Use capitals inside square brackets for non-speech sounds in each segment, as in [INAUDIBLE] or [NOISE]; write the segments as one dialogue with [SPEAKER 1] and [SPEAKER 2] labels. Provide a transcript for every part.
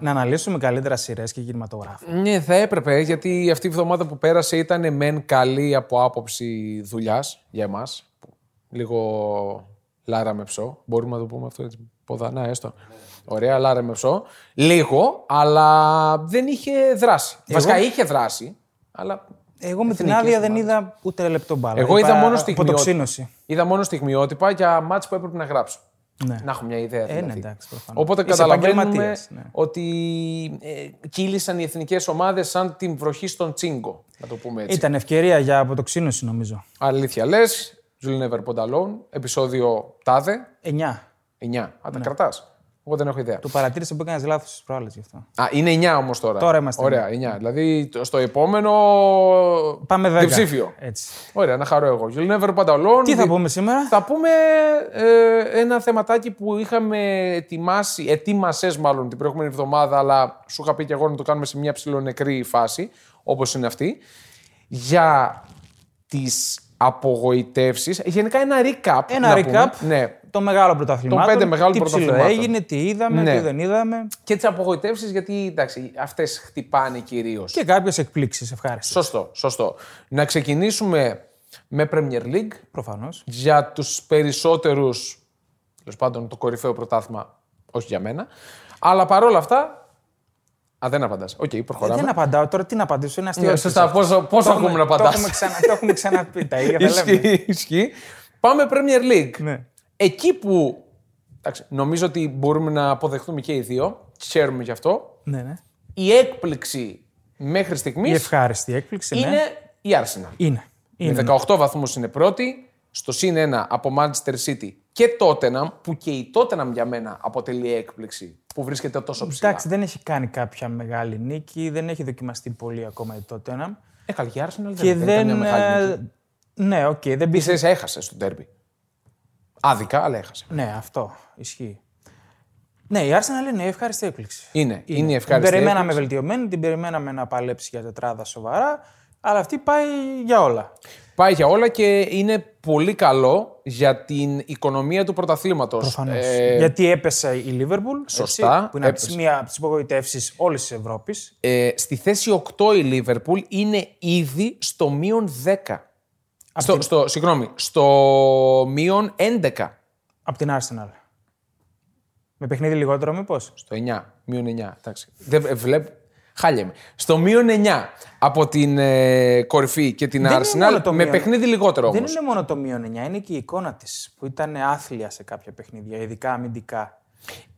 [SPEAKER 1] να αναλύσουμε καλύτερα σειρές και κινηματογράφο.
[SPEAKER 2] Ναι, θα έπρεπε, γιατί αυτή η εβδομάδα που πέρασε ήταν μεν καλή από άποψη δουλειάς για εμάς. Λίγο λάρα με ψώ. Μπορούμε να το πούμε αυτό έτσι. Ποδανά, έστω. Ωραία, λάρα με ψώ. Λίγο, αλλά δεν είχε δράση. Βασικά είχε δράση, αλλά
[SPEAKER 1] Εγώ με την άδεια δεν είδα ούτε λεπτό μπάλα.
[SPEAKER 2] εγώ είδα μόνο, στιγμιότυπα,
[SPEAKER 1] Αποτοξίνωση.
[SPEAKER 2] είδα μόνο στιγμιότυπα για μάτς που έπρεπε να γράψω.
[SPEAKER 1] Ναι.
[SPEAKER 2] Να έχω μια ιδέα
[SPEAKER 1] Ε,
[SPEAKER 2] δηλαδή.
[SPEAKER 1] ναι, εντάξει, προφανώς.
[SPEAKER 2] Οπότε
[SPEAKER 1] Είσαι
[SPEAKER 2] καταλαβαίνουμε
[SPEAKER 1] επαγγελματίας, ναι.
[SPEAKER 2] ότι ε, κύλησαν οι εθνικές ομάδες σαν την βροχή στον τσίγκο, να το πούμε έτσι.
[SPEAKER 1] ναι. Ήταν ευκαιρία για αποτοξίνωση νομίζω.
[SPEAKER 2] Αλήθεια λες, You'll never put alone, επεισόδιο τάδε,
[SPEAKER 1] 9.
[SPEAKER 2] 9. Α, τα
[SPEAKER 1] Ναι.
[SPEAKER 2] κρατάς. Εγώ δεν έχω ιδέα.
[SPEAKER 1] Το παρατήρησα που έκανες λάθος στις προάλλες γι' αυτό.
[SPEAKER 2] Α, είναι 9 όμως τώρα.
[SPEAKER 1] Τώρα είμαστε ναι.
[SPEAKER 2] Ωραία, 9. Δηλαδή το- στο επόμενο.
[SPEAKER 1] Πάμε 10.
[SPEAKER 2] Διψήφιο.
[SPEAKER 1] Έτσι.
[SPEAKER 2] Ωραία, να χαρώ εγώ. You'll never put alone.
[SPEAKER 1] Τι θα
[SPEAKER 2] Δι-
[SPEAKER 1] πούμε σήμερα?
[SPEAKER 2] Θα πούμε ε, ένα θεματάκι που είχαμε ετοιμάσει, ετοίμασες μάλλον την προηγούμενη εβδομάδα, αλλά σου είχα πει και εγώ να το κάνουμε σε μια ψηλονεκρή φάση, όπως είναι αυτή, για τις απογοητεύσεις. Γενικά ένα recap.
[SPEAKER 1] Ένα
[SPEAKER 2] να πούμε.
[SPEAKER 1] recap.
[SPEAKER 2] Ναι.
[SPEAKER 1] Το μεγάλο πρωταθλημάτων.
[SPEAKER 2] Των πέντε μεγάλων
[SPEAKER 1] τι ψηλό
[SPEAKER 2] πρωταθλημάτων.
[SPEAKER 1] έγινε, τι είδαμε,
[SPEAKER 2] Ναι.
[SPEAKER 1] τι δεν είδαμε.
[SPEAKER 2] Και τις απογοητεύσεις, γιατί εντάξει, αυτές χτυπάνε κυρίως.
[SPEAKER 1] Και κάποιες εκπλήξεις ευχάριστες.
[SPEAKER 2] Σωστό, σωστό. Να ξεκινήσουμε με Premier League.
[SPEAKER 1] Προφανώς.
[SPEAKER 2] για τους περισσότερους, τέλος πάντων το κορυφαίο πρωτάθλημα, όχι για μένα. Αλλά παρόλα αυτά, α, δεν απαντάς. Οκ, προχωράμε.
[SPEAKER 1] Δεν απαντάω τώρα, τι να απαντήσω, είναι αστείο.
[SPEAKER 2] Ναι, σωστά, πόσο, πόσο
[SPEAKER 1] Το
[SPEAKER 2] ακούμε
[SPEAKER 1] έχουμε-
[SPEAKER 2] να
[SPEAKER 1] Το έχουμε,
[SPEAKER 2] απαντάς.
[SPEAKER 1] ξανα, το έχουμε ξαναπεί τα ίδια. τα λέμε.
[SPEAKER 2] Ισχύει, ισχύει. Πάμε Premier League.
[SPEAKER 1] Ναι.
[SPEAKER 2] Εκεί που, εντάξει, νομίζω ότι μπορούμε να αποδεχτούμε και οι δύο, ξέρουμε γι' αυτό,
[SPEAKER 1] ναι, ναι.
[SPEAKER 2] η έκπληξη μέχρι
[SPEAKER 1] Η
[SPEAKER 2] στιγμής
[SPEAKER 1] ευχάριστη έκπληξη. ναι.
[SPEAKER 2] είναι η Arsenal.
[SPEAKER 1] Είναι. είναι. ναι.
[SPEAKER 2] Με 18 βαθμούς είναι πρώτη, στο συν 1 από Manchester City και Tottenham, που και η Tottenham για μένα αποτελεί έκπληξη που βρίσκεται τόσο ψηλά.
[SPEAKER 1] Εντάξει, δεν έχει κάνει κάποια μεγάλη νίκη, δεν έχει δοκιμαστεί πολύ ακόμα η Tottenham.
[SPEAKER 2] Ε, καλή, η Arsenal δεν,
[SPEAKER 1] Και
[SPEAKER 2] δεν ήταν
[SPEAKER 1] δεν.
[SPEAKER 2] μια μεγάλη νίκη.
[SPEAKER 1] ε, Ναι, οκ, δεν
[SPEAKER 2] Η
[SPEAKER 1] πήγε.
[SPEAKER 2] Chelsea έχασε στο τέρμπι. Άδικα, αλλά έχασε.
[SPEAKER 1] Ναι, αυτό ισχύει. Ναι, η Arsenal είναι η ευχάριστη έκπληξη.
[SPEAKER 2] Είναι, είναι, η ευχάριστη.
[SPEAKER 1] Την περιμέναμε
[SPEAKER 2] έκπληξη.
[SPEAKER 1] βελτιωμένη, την περιμέναμε να παλέψει για τετράδα σοβαρά, αλλά αυτή πάει για όλα.
[SPEAKER 2] Πάει για όλα και είναι πολύ καλό για την οικονομία του πρωταθλήματος.
[SPEAKER 1] Προφανώς.
[SPEAKER 2] Ε,
[SPEAKER 1] Γιατί έπεσε η Λίβερπουλ.
[SPEAKER 2] σωστά,
[SPEAKER 1] που είναι από τις
[SPEAKER 2] έπεσε.
[SPEAKER 1] μία από τις απογοητεύσει όλης της Ευρώπης.
[SPEAKER 2] ε, στη θέση 8 η Λίβερπουλ είναι ήδη στο μείον 10. Στο, στο, συγγνώμη, στο μείον 11.
[SPEAKER 1] Από την Arsenal. Με παιχνίδι λιγότερο, μήπως.
[SPEAKER 2] Στο 9, μείον 9. Εντάξει. Δεν ε, βλέπ... Χάλια με. Στο μείον 9 από την ε, κορυφή και την
[SPEAKER 1] Δεν είναι
[SPEAKER 2] Arsenal.
[SPEAKER 1] μόνο το
[SPEAKER 2] με
[SPEAKER 1] μείον.
[SPEAKER 2] παιχνίδι λιγότερο όμω.
[SPEAKER 1] Δεν είναι μόνο το μείον 9, είναι και η εικόνα της που ήταν άθλια σε κάποια παιχνίδια, ειδικά αμυντικά.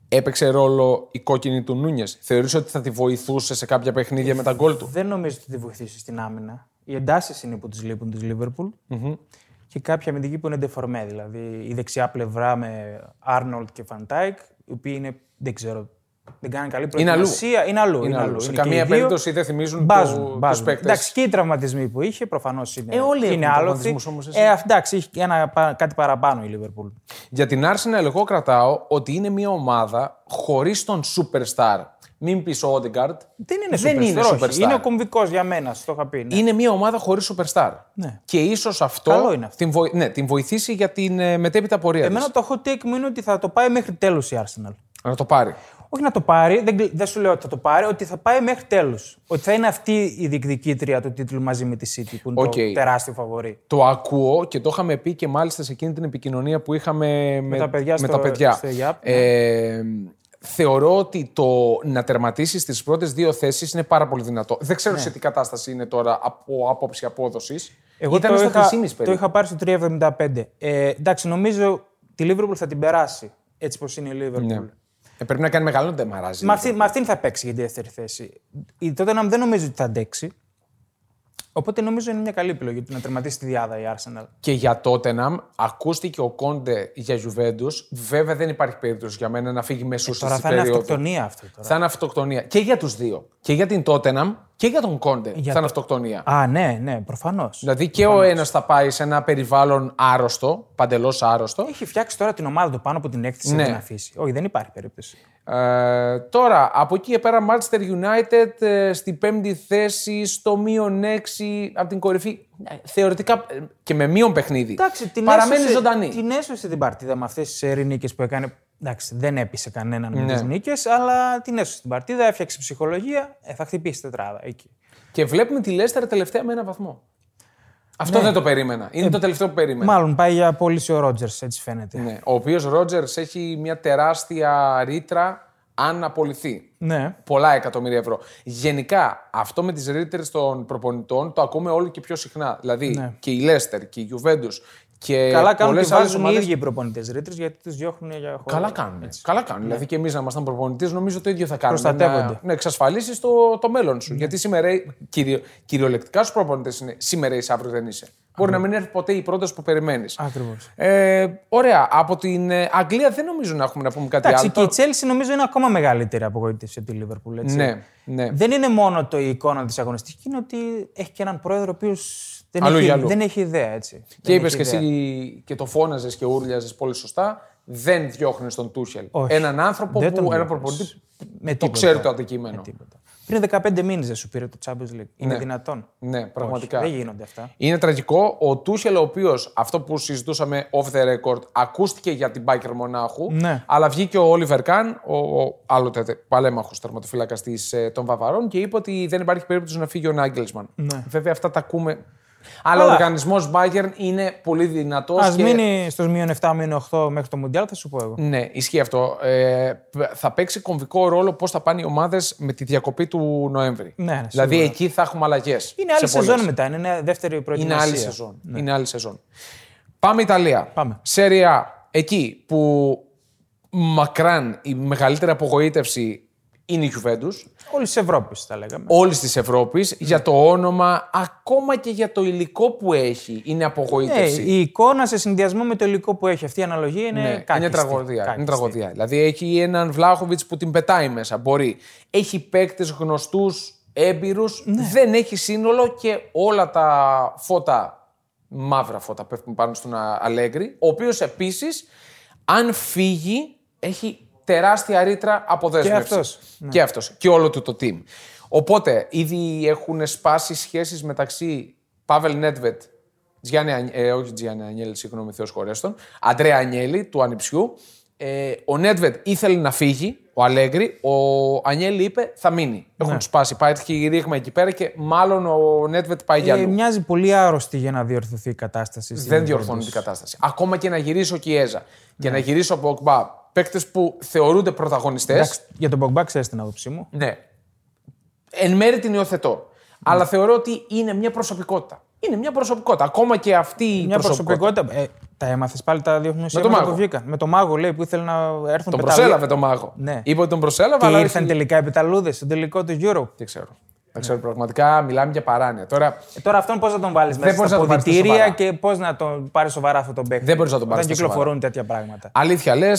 [SPEAKER 2] Έπαιξε ρόλο η κόκκινη του Νούνιες. Θεωρείς ότι θα τη βοηθούσε σε κάποια παιχνίδια με τα γκολ του.
[SPEAKER 1] Δεν νομίζω ότι τη βοηθήσει στην άμυνα. Οι εντάσεις είναι που τη λείπουν της Λίβερπουλ. Και κάποια αμυντική που είναι ντεφορμέ. Δηλαδή η δεξιά πλευρά με Άρνολτ και Φαντάικ, οι οποίοι είναι, δεν ξέρω, δεν κάνουν καλή
[SPEAKER 2] αλλού.
[SPEAKER 1] προετοιμασία. Είναι αλλού.
[SPEAKER 2] Είναι αλλού.
[SPEAKER 1] αλλού.
[SPEAKER 2] Σε
[SPEAKER 1] Είναι και οι
[SPEAKER 2] καμία
[SPEAKER 1] δύο.
[SPEAKER 2] περίπτωση δεν θυμίζουν
[SPEAKER 1] Μπάζουν.
[SPEAKER 2] τους
[SPEAKER 1] μπάζουν.
[SPEAKER 2] παίκτες.
[SPEAKER 1] Εντάξει, και οι τραυματισμοί που είχε προφανώς είναι.
[SPEAKER 2] Ε, όλοι έχουν
[SPEAKER 1] είναι άλλοθη.
[SPEAKER 2] τραυματισμούς όμως, έτσι.
[SPEAKER 1] Ε, αυ- εντάξει, έχει και ένα, πα- κάτι παραπάνω η Λίβερπουλ.
[SPEAKER 2] Για την Arsenal, εγώ κρατάω ότι είναι μια ομάδα χωρίς τον superstar. Μην πεις ο Όντεγκαρντ.
[SPEAKER 1] Δεν είναι
[SPEAKER 2] Δεν
[SPEAKER 1] superstar,
[SPEAKER 2] είναι
[SPEAKER 1] όχι.
[SPEAKER 2] superstar.
[SPEAKER 1] Είναι ο κομβικός για μένα, στο είχα πει. ναι.
[SPEAKER 2] Είναι μια ομάδα χωρίς superstar.
[SPEAKER 1] Ναι.
[SPEAKER 2] Και ίσως αυτό,
[SPEAKER 1] Καλό είναι αυτό.
[SPEAKER 2] Την, βοη... ναι, την βοηθήσει για την ε, μετέπειτα πορεία της.
[SPEAKER 1] Εμένα το hot take μου είναι ότι θα το πάει μέχρι τέλους η Arsenal.
[SPEAKER 2] Να το πάρει.
[SPEAKER 1] Όχι να το πάρει, δεν, κλει- δεν σου λέω ότι θα το πάρει, ότι θα πάει μέχρι τέλους. Ότι θα είναι αυτή η διεκδικήτρια του τίτλου μαζί με τη City, που είναι
[SPEAKER 2] Οκ.
[SPEAKER 1] το τεράστιο φαβορή.
[SPEAKER 2] Το ακούω και το είχαμε πει και μάλιστα σε εκείνη την επικοινωνία που είχαμε με,
[SPEAKER 1] τα παιδιά στο-
[SPEAKER 2] τα παιδιά.
[SPEAKER 1] στο ναι. ΙΑΠ,
[SPEAKER 2] Ε, θεωρώ ότι το να τερματίσεις τις πρώτες δύο θέσεις είναι πάρα πολύ δυνατό. Δεν
[SPEAKER 1] Ναι.
[SPEAKER 2] ξέρω σε τι κατάσταση είναι τώρα από άποψη απόδοσης. Ήταν στα 3,5
[SPEAKER 1] το
[SPEAKER 2] περίπου.
[SPEAKER 1] είχα πάρει στο 3,75. Ε, εντάξει, νομίζω τη Liverpool θα την περάσει. Έτσι πως είναι η Liverpool.
[SPEAKER 2] Ε, πρέπει να κάνει μεγάλο ντεμαράζι.
[SPEAKER 1] Με, αυτή, με αυτήν θα παίξει για τη δεύτερη θέση. Η Tottenham δεν νομίζω ότι θα αντέξει. Οπότε νομίζω είναι μια καλή επιλογή του να τερματίσει τη διάδα η Arsenal.
[SPEAKER 2] Και για Tottenham ακούστηκε ο Κόντε για Juventus. Βέβαια δεν υπάρχει περίπτωση για μένα να φύγει μεσούς ε,
[SPEAKER 1] Τώρα θα είναι αυτοκτονία αυτό. Τώρα.
[SPEAKER 2] Θα είναι αυτοκτονία. Και για τους δύο. Και για την Tottenham και για τον Κόντε
[SPEAKER 1] Ε,
[SPEAKER 2] θα είναι αυτοκτονία.
[SPEAKER 1] Α, ναι, ναι, προφανώς.
[SPEAKER 2] Δηλαδή και ο ένας θα πάει σε ένα περιβάλλον άρρωστο, παντελώς άρρωστο.
[SPEAKER 1] Έχει φτιάξει τώρα την ομάδα του πάνω από την έκθεση
[SPEAKER 2] Ναι.
[SPEAKER 1] να την αφήσει. Όχι, δεν υπάρχει περίπτωση.
[SPEAKER 2] Ε, τώρα, από εκεί και πέρα, Manchester United ε, στην πέμπτη θέση, στο μείον 6 από την κορυφή. Ε, Θεωρητικά ε, και με μείον παιχνίδι.
[SPEAKER 1] Ναι. Εντάξει, την
[SPEAKER 2] Παραμένει
[SPEAKER 1] έσωσε,
[SPEAKER 2] ζωντανή.
[SPEAKER 1] Την έσωσε την παρτίδα με αυτές τις ερηνίκε που έκανε Εντάξει, δεν έπεισε κανέναν
[SPEAKER 2] Ναι.
[SPEAKER 1] με τις νίκες, αλλά την έσωσε στην παρτίδα, έφτιαξε ψυχολογία. Ε, θα χτυπήσει τετράδα εκεί.
[SPEAKER 2] Και βλέπουμε τη Λέστερ τελευταία με ένα βαθμό. Αυτό
[SPEAKER 1] Ναι.
[SPEAKER 2] δεν το περίμενα.
[SPEAKER 1] Ε,
[SPEAKER 2] Είναι το τελευταίο που περίμενα.
[SPEAKER 1] Μάλλον πάει για πώληση ο Ρότζερ, έτσι φαίνεται.
[SPEAKER 2] Ναι. Ο οποίος Ρότζερ έχει μια τεράστια ρήτρα αν απολυθεί.
[SPEAKER 1] Ναι.
[SPEAKER 2] Πολλά εκατομμύρια ευρώ. Γενικά, αυτό με τις ρήτρες των προπονητών το ακούμε όλο και πιο συχνά. Δηλαδή
[SPEAKER 1] Ναι.
[SPEAKER 2] και η Λέστερ και η Γιουβέντους και
[SPEAKER 1] Καλά κάνουν
[SPEAKER 2] πολλές
[SPEAKER 1] και
[SPEAKER 2] άλλες
[SPEAKER 1] βάζουν οι
[SPEAKER 2] ομάδες
[SPEAKER 1] ίδιοι οι προπονητέ ρήτρε γιατί τους διώχνουν για χώρο.
[SPEAKER 2] Καλά κάνουν. Καλά κάνουν. Δηλαδή και εμείς να ήμασταν προπονητή, νομίζω το ίδιο θα κάνουμε.
[SPEAKER 1] Προστατεύονται. Ναι.
[SPEAKER 2] Να, να εξασφαλίσεις το, το μέλλον σου. Γιατί σήμερα, κυριο, κυριολεκτικά στου προπονητές είναι σήμερα είσαι, αύριο δεν είσαι.
[SPEAKER 1] Ναι.
[SPEAKER 2] Μπορεί να μην έρθει ποτέ η πρόταση που περιμένεις.
[SPEAKER 1] Ακριβώς.
[SPEAKER 2] Ε, ωραία. Από την ε, Αγγλία δεν νομίζω να έχουμε να πούμε κάτι
[SPEAKER 1] Εντάξει,
[SPEAKER 2] άλλο.
[SPEAKER 1] και η Chelsea νομίζω είναι ακόμα μεγαλύτερη απογοήτευση από τη Λίβερπουλ. έτσι.
[SPEAKER 2] Ναι, ναι.
[SPEAKER 1] Δεν είναι μόνο το η εικόνα της αγωνιστικής, είναι ότι έχει και έναν πρόεδρο ο οποίος δεν,
[SPEAKER 2] Αλλού
[SPEAKER 1] έχει-
[SPEAKER 2] για αλλού.
[SPEAKER 1] δεν έχει ιδέα. Έτσι.
[SPEAKER 2] Και
[SPEAKER 1] Δεν
[SPEAKER 2] είπες
[SPEAKER 1] έχει
[SPEAKER 2] και
[SPEAKER 1] ιδέα.
[SPEAKER 2] εσύ και το φώναζες και ούρλιαζες πολύ σωστά. Δεν διώχνεις τον Τούχελ.
[SPEAKER 1] Όχι.
[SPEAKER 2] Έναν άνθρωπο
[SPEAKER 1] Δεν τον
[SPEAKER 2] που. Έναν
[SPEAKER 1] βλέπεις.
[SPEAKER 2] προπονητή που
[SPEAKER 1] Με
[SPEAKER 2] το
[SPEAKER 1] τίποτα.
[SPEAKER 2] ξέρει το αντικείμενο.
[SPEAKER 1] Με τίποτα. Πριν 15 μήνες δεν σου πήρε το Champions League. Είναι
[SPEAKER 2] Ναι.
[SPEAKER 1] δυνατόν.
[SPEAKER 2] Ναι, πραγματικά.
[SPEAKER 1] Όχι, δεν γίνονται αυτά.
[SPEAKER 2] Είναι τραγικό. Ο Τούχελ, ο οποίος αυτό που συζητούσαμε off the record, ακούστηκε για την Μπάκερ Μονάχου.
[SPEAKER 1] Ναι.
[SPEAKER 2] Αλλά βγήκε ο Όλιβερ Καν, ο, ο άλλοτε παλέμαχος τερματοφύλακας ε, των Βαβαρών, και είπε ότι δεν υπάρχει περίπτωση να φύγει ο Νάγκελσμαν.
[SPEAKER 1] Ναι.
[SPEAKER 2] Βέβαια, αυτά τα ακούμε. Αλλά, ο
[SPEAKER 1] Αλλά-
[SPEAKER 2] οργανισμός Bayern είναι πολύ δυνατός.
[SPEAKER 1] Ας μείνει στο μείον 7, μείον 8 μέχρι το Μουντιάλ, θα σου πω εγώ.
[SPEAKER 2] Ναι, ισχύει αυτό. Ε, π- θα παίξει κομβικό ρόλο πώς θα πάνε οι ομάδες με τη διακοπή του Νοέμβρη.
[SPEAKER 1] Ναι, ναι,
[SPEAKER 2] δηλαδή
[SPEAKER 1] σίγουρα.
[SPEAKER 2] εκεί θα έχουμε αλλαγές.
[SPEAKER 1] Είναι άλλη σεζόν μετά. Είναι μια δεύτερη
[SPEAKER 2] Είναι
[SPEAKER 1] προετοιμασία.
[SPEAKER 2] άλλη σεζόν. Είναι άλλη σεζόν. Πάμε Ιταλία.
[SPEAKER 1] Ναι. Πάμε.
[SPEAKER 2] Σέρια εκεί που μακράν η μεγαλύτερη απογοήτευση είναι η Juventus
[SPEAKER 1] Όλη της Ευρώπης, θα λέγαμε.
[SPEAKER 2] όλης της Ευρώπης
[SPEAKER 1] Ναι.
[SPEAKER 2] για το όνομα, ακόμα και για το υλικό που έχει, είναι
[SPEAKER 1] Ναι,
[SPEAKER 2] απογοήτευση.
[SPEAKER 1] η εικόνα σε συνδυασμό με το υλικό που έχει αυτή η αναλογία είναι
[SPEAKER 2] Ναι,
[SPEAKER 1] κάκιστη.
[SPEAKER 2] είναι τραγωδία.
[SPEAKER 1] Κάκιστη.
[SPEAKER 2] Είναι τραγωδία. Δηλαδή έχει έναν Βλάχοβιτ που την πετάει μέσα. Μπορεί. Έχει παίκτες γνωστούς, έμπειρους.
[SPEAKER 1] Ναι.
[SPEAKER 2] Δεν έχει σύνολο και όλα τα φώτα, μαύρα φώτα πέφτουν πάνω στον Α- Αλέγκρι. Ο οποίος επίσης, αν φύγει, έχει τεράστια ρήτρα αποδέσμευσης.
[SPEAKER 1] αυτός.
[SPEAKER 2] Και αυτός. Και όλο του το team. Οπότε ήδη έχουν σπάσει σχέσεις μεταξύ Πάβελ Νέτβετ, Τζιάννη, Αν- ε, όχι Τζιάννη Ανιέλη, συγγνώμη, Θεός χωρέστον, Αντρέα Ανιέλη του Ανιψιού. Ε, ο Νέτβετ ήθελε να φύγει, ο Αλέγκρι. Ο Ανιέλη είπε θα μείνει.
[SPEAKER 1] Ναι.
[SPEAKER 2] Έχουν σπάσει. Υπάρχει ρήγμα εκεί πέρα και μάλλον ο Νέτβετ πάει για
[SPEAKER 1] Ε,
[SPEAKER 2] αλλού.
[SPEAKER 1] μοιάζει πολύ άρρωστη για να διορθωθεί η κατάσταση. στη
[SPEAKER 2] Δεν
[SPEAKER 1] Juventus.
[SPEAKER 2] διορθώνει την κατάσταση. Ακόμα και να γυρίσει ο Κιέζα
[SPEAKER 1] Ναι.
[SPEAKER 2] και να γυρίσει ο Μποκμπά, παίκτες που θεωρούνται πρωταγωνιστές.
[SPEAKER 1] Εντάξει, για τον Μπογκμπά, ξέρεις την άποψή μου.
[SPEAKER 2] Ναι. Εν μέρει την υιοθετώ. Αλλά θεωρώ ότι είναι μια προσωπικότητα. Είναι μια προσωπικότητα. Ακόμα και αυτή η
[SPEAKER 1] Μια
[SPEAKER 2] προσωπικότητα.
[SPEAKER 1] προσωπικότητα. Ε, τα έμαθες πάλι τα δύο
[SPEAKER 2] Με τον
[SPEAKER 1] χρονοστιαγμένα
[SPEAKER 2] Μάγο.
[SPEAKER 1] που βγήκαν. Με τον Μάγο, λέει, που ήθελε να έρθουν
[SPEAKER 2] Τον
[SPEAKER 1] πεταλούδες.
[SPEAKER 2] προσέλαβε τον μάγο.
[SPEAKER 1] Ναι.
[SPEAKER 2] Είπε ότι τον προσέλαβε,
[SPEAKER 1] Και
[SPEAKER 2] αλλά
[SPEAKER 1] ήρθαν
[SPEAKER 2] όχι-
[SPEAKER 1] τελικά οι πεταλούδες στο τελικό του Euro.
[SPEAKER 2] Δεν ξέρω. Δεν ξέρω πραγματικά, μιλάμε για παράνοια. Τώρα
[SPEAKER 1] Ε, τώρα αυτόν πώς να τον βάλεις μέσα
[SPEAKER 2] μπορείς
[SPEAKER 1] στα
[SPEAKER 2] να τον πάρεις
[SPEAKER 1] αποδητήρια
[SPEAKER 2] σοβαρά.
[SPEAKER 1] και πώς να τον πάρεις σοβαρά αυτόν τον παίκτη.
[SPEAKER 2] Δεν μπορείς να τον πάρεις
[SPEAKER 1] Όταν
[SPEAKER 2] σοβαρά.
[SPEAKER 1] κυκλοφορούν τέτοια πράγματα.
[SPEAKER 2] Αλήθεια λες,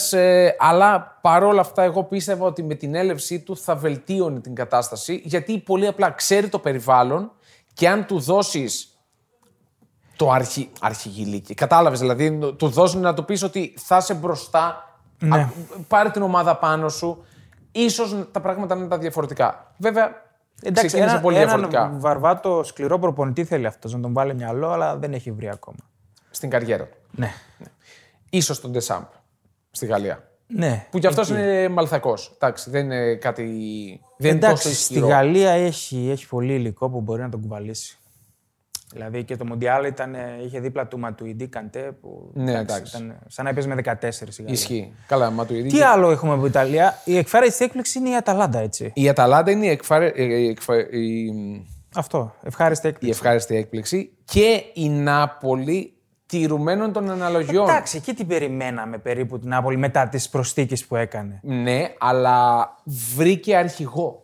[SPEAKER 2] αλλά παρόλα αυτά, εγώ πίστευα ότι με την έλευσή του θα βελτίωνε την κατάσταση, γιατί πολύ απλά ξέρει το περιβάλλον και αν του δώσεις το αρχι... αρχιγυλίκι. Κατάλαβες, δηλαδή, του δώσει να του πεις ότι θα είσαι μπροστά,
[SPEAKER 1] Ναι.
[SPEAKER 2] α, πάρε την ομάδα πάνω σου. Ίσως τα πράγματα να είναι τα διαφορετικά. Βέβαια, ξεκίνησε
[SPEAKER 1] ένα-
[SPEAKER 2] πολύ διαφορετικά
[SPEAKER 1] Έναν βαρβάτο σκληρό προπονητή θέλει αυτός να τον βάλει μυαλό, αλλά δεν έχει βρει ακόμα.
[SPEAKER 2] στην καριέρα του.
[SPEAKER 1] Ναι.
[SPEAKER 2] Ίσως τον Ντεσάμπ στη Γαλλία.
[SPEAKER 1] ναι.
[SPEAKER 2] Που κι αυτός είναι μαλθακός. Εντάξει, δεν είναι κάτι. Δεν είναι τόσο
[SPEAKER 1] Εντάξει, στη
[SPEAKER 2] ισχυρό.
[SPEAKER 1] Γαλλία έχει, έχει πολύ υλικό που μπορεί να τον κουβαλήσει. Δηλαδή και το Μοντιάλ ήταν, ε, είχε δίπλα του Ματουιντή Καντέ που
[SPEAKER 2] Ναι, εντάξει.
[SPEAKER 1] ήταν σαν να έπαιζε με 14 η Γαλλία.
[SPEAKER 2] Ισχύει. Καλά, μα του
[SPEAKER 1] Τι άλλο έχουμε από Ιταλία. Η εκφέρα της έκπληξης είναι η Αταλάντα, έτσι.
[SPEAKER 2] Η Αταλάντα είναι η, εκφάρε- ε, η εκφα- η-
[SPEAKER 1] Αυτό. Ευχάριστη
[SPEAKER 2] η
[SPEAKER 1] έκπληξη.
[SPEAKER 2] ευχάριστη έκπληξη και η Νάπολη τηρουμένων των αναλογιών.
[SPEAKER 1] Εντάξει, εκεί την περιμέναμε περίπου την Άπολη μετά τις προσθήκες που έκανε.
[SPEAKER 2] Ναι, αλλά βρήκε αρχηγό.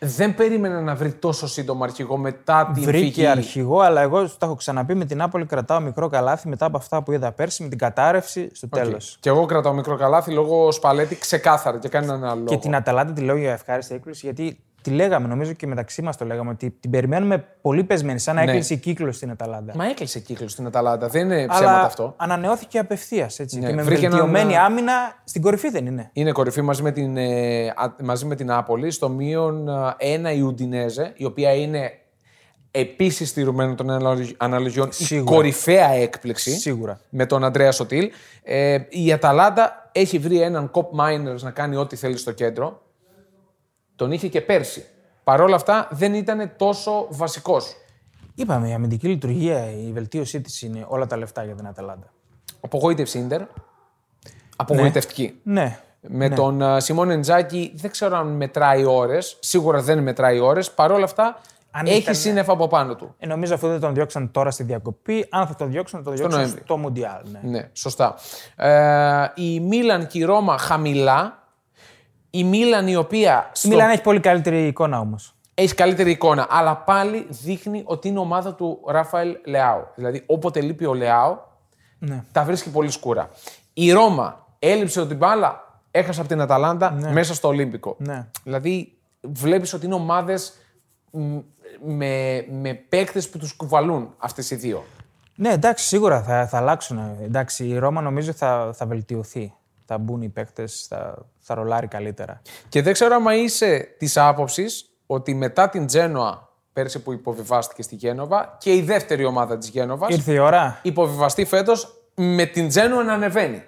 [SPEAKER 2] Δεν περίμενα να βρει τόσο σύντομα αρχηγό μετά την φυγή.
[SPEAKER 1] Βρήκε αρχηγό, αλλά εγώ σου τα έχω ξαναπεί με την Άπολη. Κρατάω μικρό καλάθι μετά από αυτά που είδα πέρσι με την κατάρρευση στο τέλος. τέλος.
[SPEAKER 2] Και εγώ κρατάω μικρό καλάθι λόγω σπαλέτη ξεκάθαρα και κανέναν άλλο.
[SPEAKER 1] Και την Αταλάντα τη λέω για ευχάριστη έκπληξη, γιατί τη λέγαμε, νομίζω και μεταξύ μας το λέγαμε, ότι την περιμένουμε πολύ πεσμένη, σαν να
[SPEAKER 2] Ναι.
[SPEAKER 1] έκλεισε κύκλος στην Αταλάντα.
[SPEAKER 2] Μα έκλεισε κύκλος στην Αταλάντα. Δεν είναι ψέματα
[SPEAKER 1] Αλλά
[SPEAKER 2] αυτό.
[SPEAKER 1] ανανεώθηκε απευθείας. έτσι.
[SPEAKER 2] Ναι,
[SPEAKER 1] Και με
[SPEAKER 2] βρήκε έναν,
[SPEAKER 1] βελτιωμένη
[SPEAKER 2] α,
[SPEAKER 1] άμυνα στην κορυφή δεν είναι.
[SPEAKER 2] Είναι κορυφή μαζί με την, ε, α- μαζί με την Άπολη, στο μείον ε, ένα η Ουντινέζε, η οποία είναι επίσης στηρωμένο των αναλογι- αναλογιών η
[SPEAKER 1] Σίγουρα.
[SPEAKER 2] κορυφαία έκπληξη.
[SPEAKER 1] Σίγουρα.
[SPEAKER 2] Με τον Αντρέα Σωτήλ. Ε, η Αταλάντα έχει βρει έναν κοπ miners να κάνει ό,τι θέλει στο κέντρο. Τον είχε και πέρσι. Παρ' όλα αυτά δεν ήταν τόσο βασικός.
[SPEAKER 1] Είπαμε, η αμυντική λειτουργία, η βελτίωσή της είναι όλα τα λεφτά για την Αταλάντα.
[SPEAKER 2] Απογοήτευση Ιντερ. Απογοητευτική.
[SPEAKER 1] Ναι.
[SPEAKER 2] Με τον α, Σιμών Εντζάκη δεν ξέρω αν μετράει ώρες. Σίγουρα δεν μετράει ώρες. Παρ' όλα αυτά
[SPEAKER 1] Αν
[SPEAKER 2] έχει
[SPEAKER 1] ήταν-
[SPEAKER 2] σύννεφα από πάνω του.
[SPEAKER 1] Ε, νομίζω αφού δεν τον διώξαν τώρα στη διακοπή, αν θα τον διώξουν, θα τον διώξουν
[SPEAKER 2] Νοέμβρη.
[SPEAKER 1] στο Μουντιάλ. Ναι.
[SPEAKER 2] Ναι, σωστά. Ε, η Μίλαν και η Ρώμα χαμηλά. Η Μίλαν η οποία
[SPEAKER 1] Η
[SPEAKER 2] στο...
[SPEAKER 1] Μίλαν έχει πολύ καλύτερη εικόνα όμως.
[SPEAKER 2] έχει καλύτερη εικόνα, αλλά πάλι δείχνει ότι είναι ομάδα του Ράφαελ Λεάου. Δηλαδή, όποτε λείπει ο Λεάου,
[SPEAKER 1] Ναι.
[SPEAKER 2] τα βρίσκει πολύ σκούρα. Η Ρώμα έλειψε την μπάλα, έχασε από την Αταλάντα μέσα στο Ολύμπικο.
[SPEAKER 1] Ναι.
[SPEAKER 2] Δηλαδή, βλέπεις ότι είναι ομάδες με, με παίκτες που τους κουβαλούν αυτές οι δύο.
[SPEAKER 1] Ναι, εντάξει, σίγουρα θα, θα αλλάξουν. Εντάξει, η Ρώμα νομίζω θα, θα βελτιωθεί. Θα μπουν οι παίκτες, θα, θα ρολάρει καλύτερα.
[SPEAKER 2] Και δεν ξέρω άμα είσαι της άποψης ότι μετά την Τζένοα πέρσι που υποβιβάστηκε στη Γένοβα και η δεύτερη ομάδα της Γένοβας
[SPEAKER 1] Ήρθε η ώρα.
[SPEAKER 2] υποβιβαστεί φέτος με την Τζένοα να ανεβαίνει.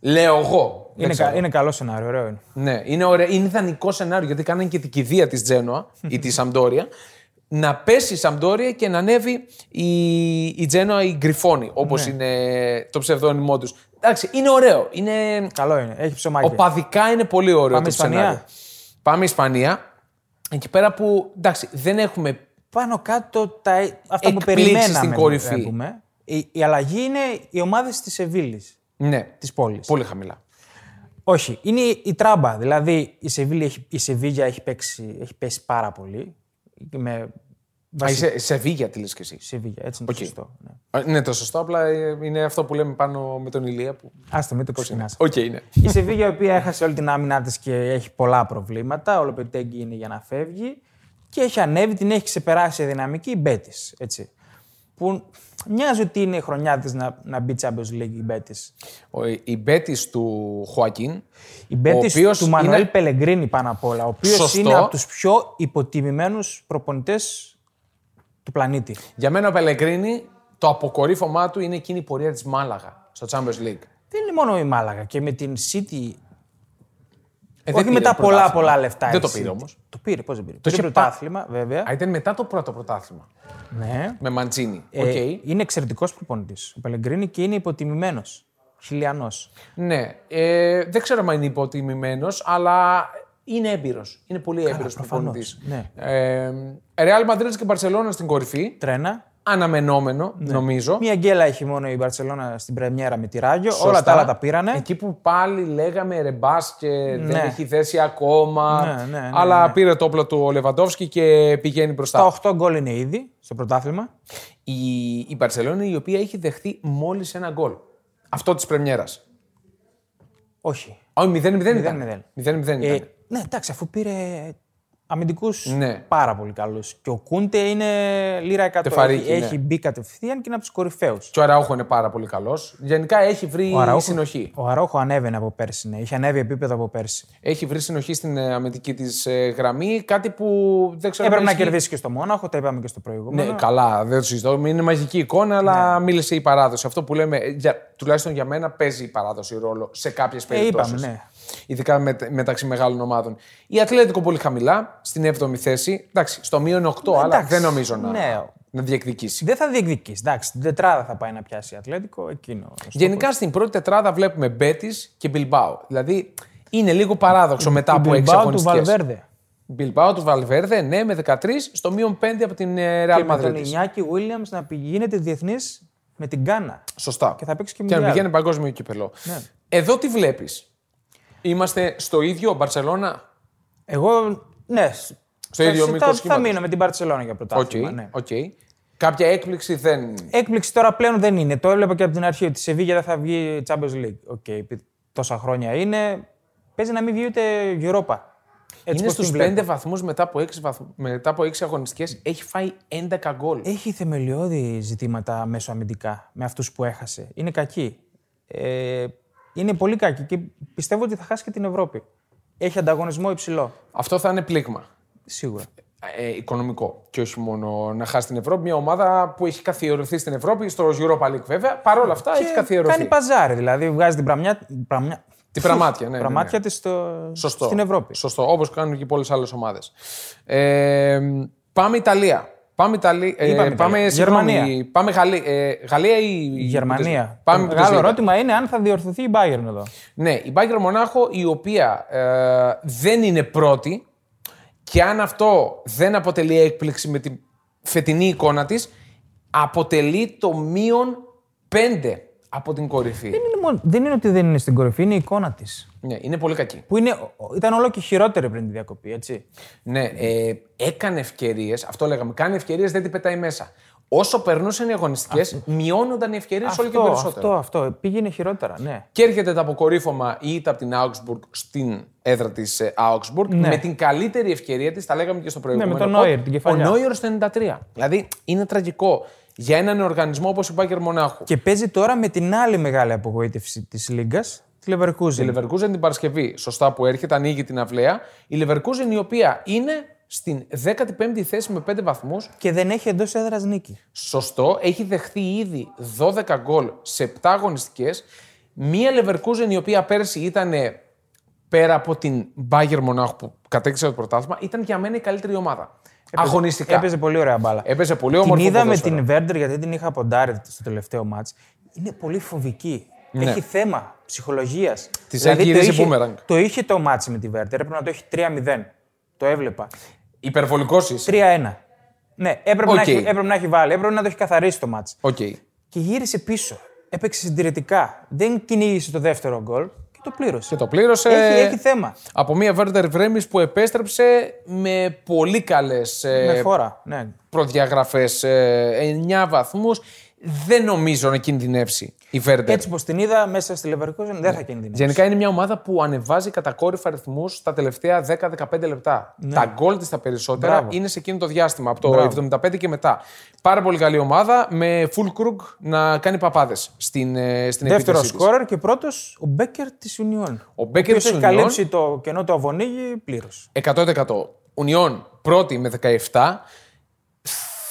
[SPEAKER 2] Λέω εγώ. Δεν
[SPEAKER 1] Είναι,
[SPEAKER 2] ξέρω.
[SPEAKER 1] κα, είναι καλό σενάριο, ωραίο είναι.
[SPEAKER 2] Ναι, είναι, ωραίο. είναι ιδανικό σενάριο γιατί κάνανε και την κηδεία της Τζένοα ή της Σαμπτόρια. Να πέσει η Σαμπτόρια και να ανέβει η, η Τζένοα η Γκριφόνη, όπως
[SPEAKER 1] Ναι.
[SPEAKER 2] είναι το ψευδόνυμό τους. Εντάξει, είναι ωραίο. Είναι,
[SPEAKER 1] Καλό είναι. Έχει ψωμάκι.
[SPEAKER 2] Οπαδικά είναι πολύ ωραίο
[SPEAKER 1] Πάμε
[SPEAKER 2] το
[SPEAKER 1] Ισπανία.
[SPEAKER 2] σενάριο. Πάμε Ισπανία. Εκεί πέρα που εντάξει, δεν έχουμε.
[SPEAKER 1] Πάνω κάτω τα, ε- αυτά που
[SPEAKER 2] Εκπλήξεις
[SPEAKER 1] περιμέναμε.
[SPEAKER 2] στην κορυφή.
[SPEAKER 1] να πούμε. Η, η αλλαγή είναι οι ομάδες της Σεβίλης,
[SPEAKER 2] Ναι,
[SPEAKER 1] της πόλης.
[SPEAKER 2] πολύ χαμηλά.
[SPEAKER 1] Όχι, είναι η, η τράμπα. Δηλαδή η Σεβίλη έχει, η Σεβίλια έχει, παίξει, έχει πέσει πάρα πολύ. Με
[SPEAKER 2] Α,
[SPEAKER 1] βασική
[SPEAKER 2] είσαι Σεβίγια τη λες και εσύ.
[SPEAKER 1] Σεβίλια, έτσι είναι το σωστό. Ναι.
[SPEAKER 2] Α, Ναι, το σωστό, απλά ε, είναι αυτό που λέμε πάνω με τον Ηλία. Που...
[SPEAKER 1] Άστο, μην το ξεκινάς.
[SPEAKER 2] Οκ, είναι.
[SPEAKER 1] Η Σεβίγια, η οποία έχασε όλη την άμυνά της και έχει πολλά προβλήματα. Ο Λοπετέγκη είναι για να φεύγει. Και έχει ανέβει, την έχει ξεπεράσει η δυναμική η Μπέτης. Που μοιάζει ότι είναι η χρονιά της να, να μπει Champions League η Μπέτης.
[SPEAKER 2] Ο- Η μπέτης του Χωακίν.
[SPEAKER 1] Η Μπέτης
[SPEAKER 2] οποίος
[SPEAKER 1] του Μανουέλ
[SPEAKER 2] είναι-
[SPEAKER 1] Πελεγκρίνη πάνω απ' όλα. Ο οποίος
[SPEAKER 2] Σωστό.
[SPEAKER 1] είναι από τους πιο υποτιμημένους προπονητές του πλανήτη.
[SPEAKER 2] Για μένα ο Πελεγκρίνη, το αποκορύφωμά του είναι εκείνη η πορεία της Μάλαγα στο Champions League.
[SPEAKER 1] Δεν είναι μόνο η Μάλαγα και με την City.
[SPEAKER 2] Ε, δεν
[SPEAKER 1] όχι
[SPEAKER 2] πήρε
[SPEAKER 1] μετά πολλά
[SPEAKER 2] πρωτάθλημα.
[SPEAKER 1] πολλά λεφτά.
[SPEAKER 2] Δεν
[SPEAKER 1] η
[SPEAKER 2] το πήρε
[SPEAKER 1] City.
[SPEAKER 2] όμως.
[SPEAKER 1] Το πήρε, πώς δεν πήρε.
[SPEAKER 2] είχε
[SPEAKER 1] Το
[SPEAKER 2] πα-
[SPEAKER 1] πρωτάθλημα, βέβαια.
[SPEAKER 2] Α, ήταν μετά το πρώτο πρωτάθλημα.
[SPEAKER 1] Ναι.
[SPEAKER 2] Με Μαντζίνη. Οκ.
[SPEAKER 1] Ε, Είναι εξαιρετικός προπονητής ο Πελεγκρίνη και είναι υποτιμημένος. Χιλιανός.
[SPEAKER 2] Ναι. Ε, δεν ξέρω αν είναι υποτιμημένος, αλλά είναι έμπειρος. Είναι πολύ έμπειρος
[SPEAKER 1] προφανώς,
[SPEAKER 2] προπονητής.
[SPEAKER 1] ναι.
[SPEAKER 2] Ε, Ρεάλ Μαδρίτη και Μπαρσελόνα στην κορυφή.
[SPEAKER 1] Τρένα.
[SPEAKER 2] Αναμενόμενο,
[SPEAKER 1] Ναι.
[SPEAKER 2] νομίζω.
[SPEAKER 1] Μία γκέλα έχει μόνο η Μπαρσελόνα στην Πρεμιέρα με τη Ράγιο. Όλα τα άλλα τα πήρανε.
[SPEAKER 2] Εκεί που πάλι λέγαμε ρε μπάσκετ, δεν
[SPEAKER 1] Ναι.
[SPEAKER 2] έχει θέση ακόμα.
[SPEAKER 1] Ναι, ναι, ναι,
[SPEAKER 2] αλλά πήρε το όπλο του ο Λεβαντόφσκι και πηγαίνει μπροστά.
[SPEAKER 1] Τα 8 γκολ είναι ήδη στο πρωτάθλημα.
[SPEAKER 2] Η, η Μπαρσελόνα η οποία έχει δεχτεί μόλις ένα γκολ. Αυτό της Πρεμιέρας.
[SPEAKER 1] Όχι.
[SPEAKER 2] Όχι, 0-0 ήταν.
[SPEAKER 1] μηδέν.
[SPEAKER 2] 0-0 ήταν.
[SPEAKER 1] Ε, ναι, εντάξει, αφού πήρε αμυντικούς
[SPEAKER 2] Ναι.
[SPEAKER 1] πάρα πολύ καλούς. Και ο Κούντε είναι λίρα 100.
[SPEAKER 2] Τεφαρίκι,
[SPEAKER 1] Έχει,
[SPEAKER 2] ναι.
[SPEAKER 1] έχει μπει κατευθείαν και είναι από τους κορυφαίους.
[SPEAKER 2] Και ο Αραούχο είναι πάρα πολύ καλός. Γενικά έχει βρει
[SPEAKER 1] Αραούχο-
[SPEAKER 2] συνοχή.
[SPEAKER 1] Ο Αρόχο ανέβαινε από πέρσι. Ναι. Είχε ανέβει επίπεδο από πέρσι.
[SPEAKER 2] Έχει βρει συνοχή στην ε, αμυντική της γραμμή. Κάτι που δεν ξέρω.
[SPEAKER 1] Έπρεπε
[SPEAKER 2] αν
[SPEAKER 1] να
[SPEAKER 2] ισχύει.
[SPEAKER 1] κερδίσει και στο Μόναχο, τα είπαμε και στο
[SPEAKER 2] Ναι,
[SPEAKER 1] προηγούμενο.
[SPEAKER 2] καλά, δεν το συζητώ. Είναι μαγική εικόνα,
[SPEAKER 1] Ναι.
[SPEAKER 2] αλλά μίλησε η παράδοση. Αυτό που λέμε, ε, για, τουλάχιστον για μένα, παίζει η παράδοση ρόλο σε κάποιες
[SPEAKER 1] ε,
[SPEAKER 2] περιπτώσει.
[SPEAKER 1] είπαμε, ναι.
[SPEAKER 2] Ειδικά με, μεταξύ μεγάλων ομάδων. Η Ατλέτικο πολύ χαμηλά, στην 7η θέση. Εντάξει, στο μείον 8, αλλά
[SPEAKER 1] εντάξει,
[SPEAKER 2] δεν νομίζω να,
[SPEAKER 1] ναι.
[SPEAKER 2] να διεκδικήσει.
[SPEAKER 1] Δεν θα διεκδικήσει. Εντάξει, την τετράδα θα πάει να πιάσει η Ατλέτικο, εκείνο.
[SPEAKER 2] Γενικά στην πρώτη τετράδα βλέπουμε Μπέτη και Μπιλμπάο. Δηλαδή είναι λίγο παράδοξο
[SPEAKER 1] Την
[SPEAKER 2] μετά από 6
[SPEAKER 1] Bilbao του
[SPEAKER 2] αγωνιστικές.
[SPEAKER 1] Βαλβέρδε.
[SPEAKER 2] Μπιλμπάο του Βαλβέρδε, ναι, με 13, στο μείον 5 από την ε,
[SPEAKER 1] Και
[SPEAKER 2] Ρεάλ
[SPEAKER 1] με τον
[SPEAKER 2] Μαδρίτη.
[SPEAKER 1] Ινιάκη Βίλιαμ να πηγαίνεται διεθνής με την Γκάνα.
[SPEAKER 2] Σωστά.
[SPEAKER 1] Και θα παίξει και Ναι.
[SPEAKER 2] Και να
[SPEAKER 1] μια.
[SPEAKER 2] πηγαίνει παγκόσμιο κύπελο. Εδώ τι βλέπεις. Είμαστε στο ίδιο Μπαρσελόνα.
[SPEAKER 1] Εγώ, ναι. Στο
[SPEAKER 2] ίδιο μήκος
[SPEAKER 1] θα, θα
[SPEAKER 2] σχήματος.
[SPEAKER 1] μείνω με την Παρσελόνα για
[SPEAKER 2] Οκ.
[SPEAKER 1] πρωτάθλημα. Ναι.
[SPEAKER 2] οκ. Κάποια έκπληξη δεν.
[SPEAKER 1] Έκπληξη τώρα πλέον δεν είναι. Το έβλεπα και από την αρχή ότι η Σεβίγια δεν θα βγει Champions League. Οκ, επί τόσα χρόνια είναι. Παίζει να μην βγει ούτε Europa. Έτσι
[SPEAKER 2] είναι
[SPEAKER 1] πώς την
[SPEAKER 2] στου
[SPEAKER 1] βλέπω.
[SPEAKER 2] 5 βαθμούς μετά από 6, βαθμ... μετά από 6 αγωνιστικές. Έχει φάει 11 γκολ.
[SPEAKER 1] Έχει θεμελιώδη ζητήματα μέσω αμυντικά με αυτούς που έχασε. Είναι κακή. Ε, είναι πολύ κακή και πιστεύω ότι θα χάσει και την Ευρώπη. Έχει ανταγωνισμό υψηλό.
[SPEAKER 2] Αυτό θα είναι πλήγμα.
[SPEAKER 1] Σίγουρα.
[SPEAKER 2] ε, οικονομικό. Και όχι μόνο να χάσει την Ευρώπη. Μια ομάδα που έχει καθιερωθεί στην Ευρώπη, στο Europa League βέβαια. Παρ' όλα αυτά
[SPEAKER 1] Και
[SPEAKER 2] έχει καθιερωθεί.
[SPEAKER 1] Κάνει παζάρι, δηλαδή βγάζει την πραμιά, πραμιά,
[SPEAKER 2] Την πραμάτια, ναι. ναι, ναι.
[SPEAKER 1] πραμάτια της στο...
[SPEAKER 2] Σωστό.
[SPEAKER 1] στην Ευρώπη.
[SPEAKER 2] Σωστό. Όπως κάνουν και πολλές άλλες ομάδες. Ε, πάμε Ιταλία. Πάμε, Ιταλία. ε,
[SPEAKER 1] Είπαμε
[SPEAKER 2] πάμε,
[SPEAKER 1] Ιταλία.
[SPEAKER 2] συγγνώμη,
[SPEAKER 1] Γερμανία.
[SPEAKER 2] πάμε Γαλλία. Ε, Γαλλία ή.
[SPEAKER 1] Γερμανία.
[SPEAKER 2] Πάμε
[SPEAKER 1] το
[SPEAKER 2] Bundesliga.
[SPEAKER 1] μεγάλο ερώτημα είναι αν θα διορθωθεί η Bayern εδώ.
[SPEAKER 2] Ναι, η Bayern Μονάχο η οποία ε, δεν είναι πρώτη και αν αυτό δεν αποτελεί έκπληξη με την φετινή εικόνα της, αποτελεί το μείον 5 από την κορυφή.
[SPEAKER 1] Δεν είναι, μόνο- δεν είναι ότι δεν είναι στην κορυφή, είναι η εικόνα της.
[SPEAKER 2] Ναι, είναι πολύ κακή.
[SPEAKER 1] Που είναι, ήταν όλο και χειρότερη πριν τη διακοπή, έτσι.
[SPEAKER 2] Ναι, ε, έκανε ευκαιρίες. Αυτό λέγαμε. Κάνει ευκαιρίες, δεν την πετάει μέσα. Όσο περνούσαν οι αγωνιστικές, μειώνονταν οι ευκαιρίες όλο και
[SPEAKER 1] αυτό,
[SPEAKER 2] περισσότερο.
[SPEAKER 1] αυτό, αυτό. Πήγαινε χειρότερα, ναι.
[SPEAKER 2] Και έρχεται τα αποκορύφωμα η ήττα από την Augsburg στην έδρα της Augsburg με την καλύτερη ευκαιρία της, τα λέγαμε και στο προηγούμενο.
[SPEAKER 1] Ναι. με τον
[SPEAKER 2] pod,
[SPEAKER 1] Neuer, την κεφαλιά.
[SPEAKER 2] Ο Neuer στο 93. Δηλαδή είναι τραγικό για έναν οργανισμό όπως η Bayern Μονάχου.
[SPEAKER 1] Και παίζει τώρα με την άλλη μεγάλη απογοήτευση της Λίγκας, τη Leverkusen.
[SPEAKER 2] Η Leverkusen την Παρασκευή, σωστά που έρχεται, ανοίγει την αυλαία. Η Leverkusen η οποία είναι στην 15η θέση με 5 βαθμούς
[SPEAKER 1] Και δεν έχει εντός έδρας νίκη.
[SPEAKER 2] Σωστό, έχει δεχθεί ήδη 12 γκολ σε 7 αγωνιστικές. Μία Leverkusen η οποία πέρσι ήταν πέρα από την Bayern Μονάχου που κατέκτησε το πρωτάθλημα, ήταν για μένα η καλύτερη ομάδα. Αγωνιστικά. Έπαιζε,
[SPEAKER 1] Έπαιζε πολύ ωραία μπάλα. την
[SPEAKER 2] πολύ όμορφο.
[SPEAKER 1] είδα με
[SPEAKER 2] ποδόσφαιρο.
[SPEAKER 1] την Βέρντερ γιατί την είχα ποντάρει στο τελευταίο μάτς. Είναι πολύ φοβική.
[SPEAKER 2] Ναι.
[SPEAKER 1] Έχει θέμα ψυχολογίας.
[SPEAKER 2] Της έχει γυρίσει boomerang.
[SPEAKER 1] το είχε το μάτς με τη Βέρντερ, έπρεπε να το έχει 3-0. Το έβλεπα.
[SPEAKER 2] Υπερβολικός είσαι.
[SPEAKER 1] 3-1. Ναι, έπρεπε, να
[SPEAKER 2] Οκ.
[SPEAKER 1] έχει, έπρεπε να έχει βάλει, έπρεπε να το έχει καθαρίσει το μάτς.
[SPEAKER 2] Οκ.
[SPEAKER 1] Και γύρισε πίσω. Έπαιξε συντηρητικά. Δεν κυνήγησε το δεύτερο γκολ και το πλήρωσε.
[SPEAKER 2] Και το πλήρωσε.
[SPEAKER 1] Έχει, έχει θέμα.
[SPEAKER 2] Από μία Werder Βρέμις που επέστρεψε με πολύ καλές ε,
[SPEAKER 1] Με φόρα. Ναι.
[SPEAKER 2] προδιαγραφές, ε, 9 βαθμούς. Δεν νομίζω να κινδυνεύσει η Werder.
[SPEAKER 1] Έτσι πως την είδα μέσα στη Leverkusen δεν θα κινδυνεύσει.
[SPEAKER 2] Γενικά είναι μια ομάδα που ανεβάζει κατακόρυφα αριθμούς τα τελευταία 10-15 λεπτά. Τα γκολ της τα περισσότερα
[SPEAKER 1] Ναι. Μπράβο.
[SPEAKER 2] είναι σε εκείνο το διάστημα, από το
[SPEAKER 1] Μπράβο.
[SPEAKER 2] 75 και μετά. Πάρα πολύ καλή ομάδα με full crook να κάνει παπάδες στην, ε, στην
[SPEAKER 1] Δεύτερο
[SPEAKER 2] επίθεση. της.
[SPEAKER 1] σκόρερ και πρώτος ο Μπέκερ της Union.
[SPEAKER 2] Ο Μπέκερ
[SPEAKER 1] οποίος
[SPEAKER 2] της
[SPEAKER 1] έχει
[SPEAKER 2] Union.
[SPEAKER 1] καλύψει το κενό του Αβωνίγη πλήρως.
[SPEAKER 2] 100%. Ουνιόν πρώτη με 17.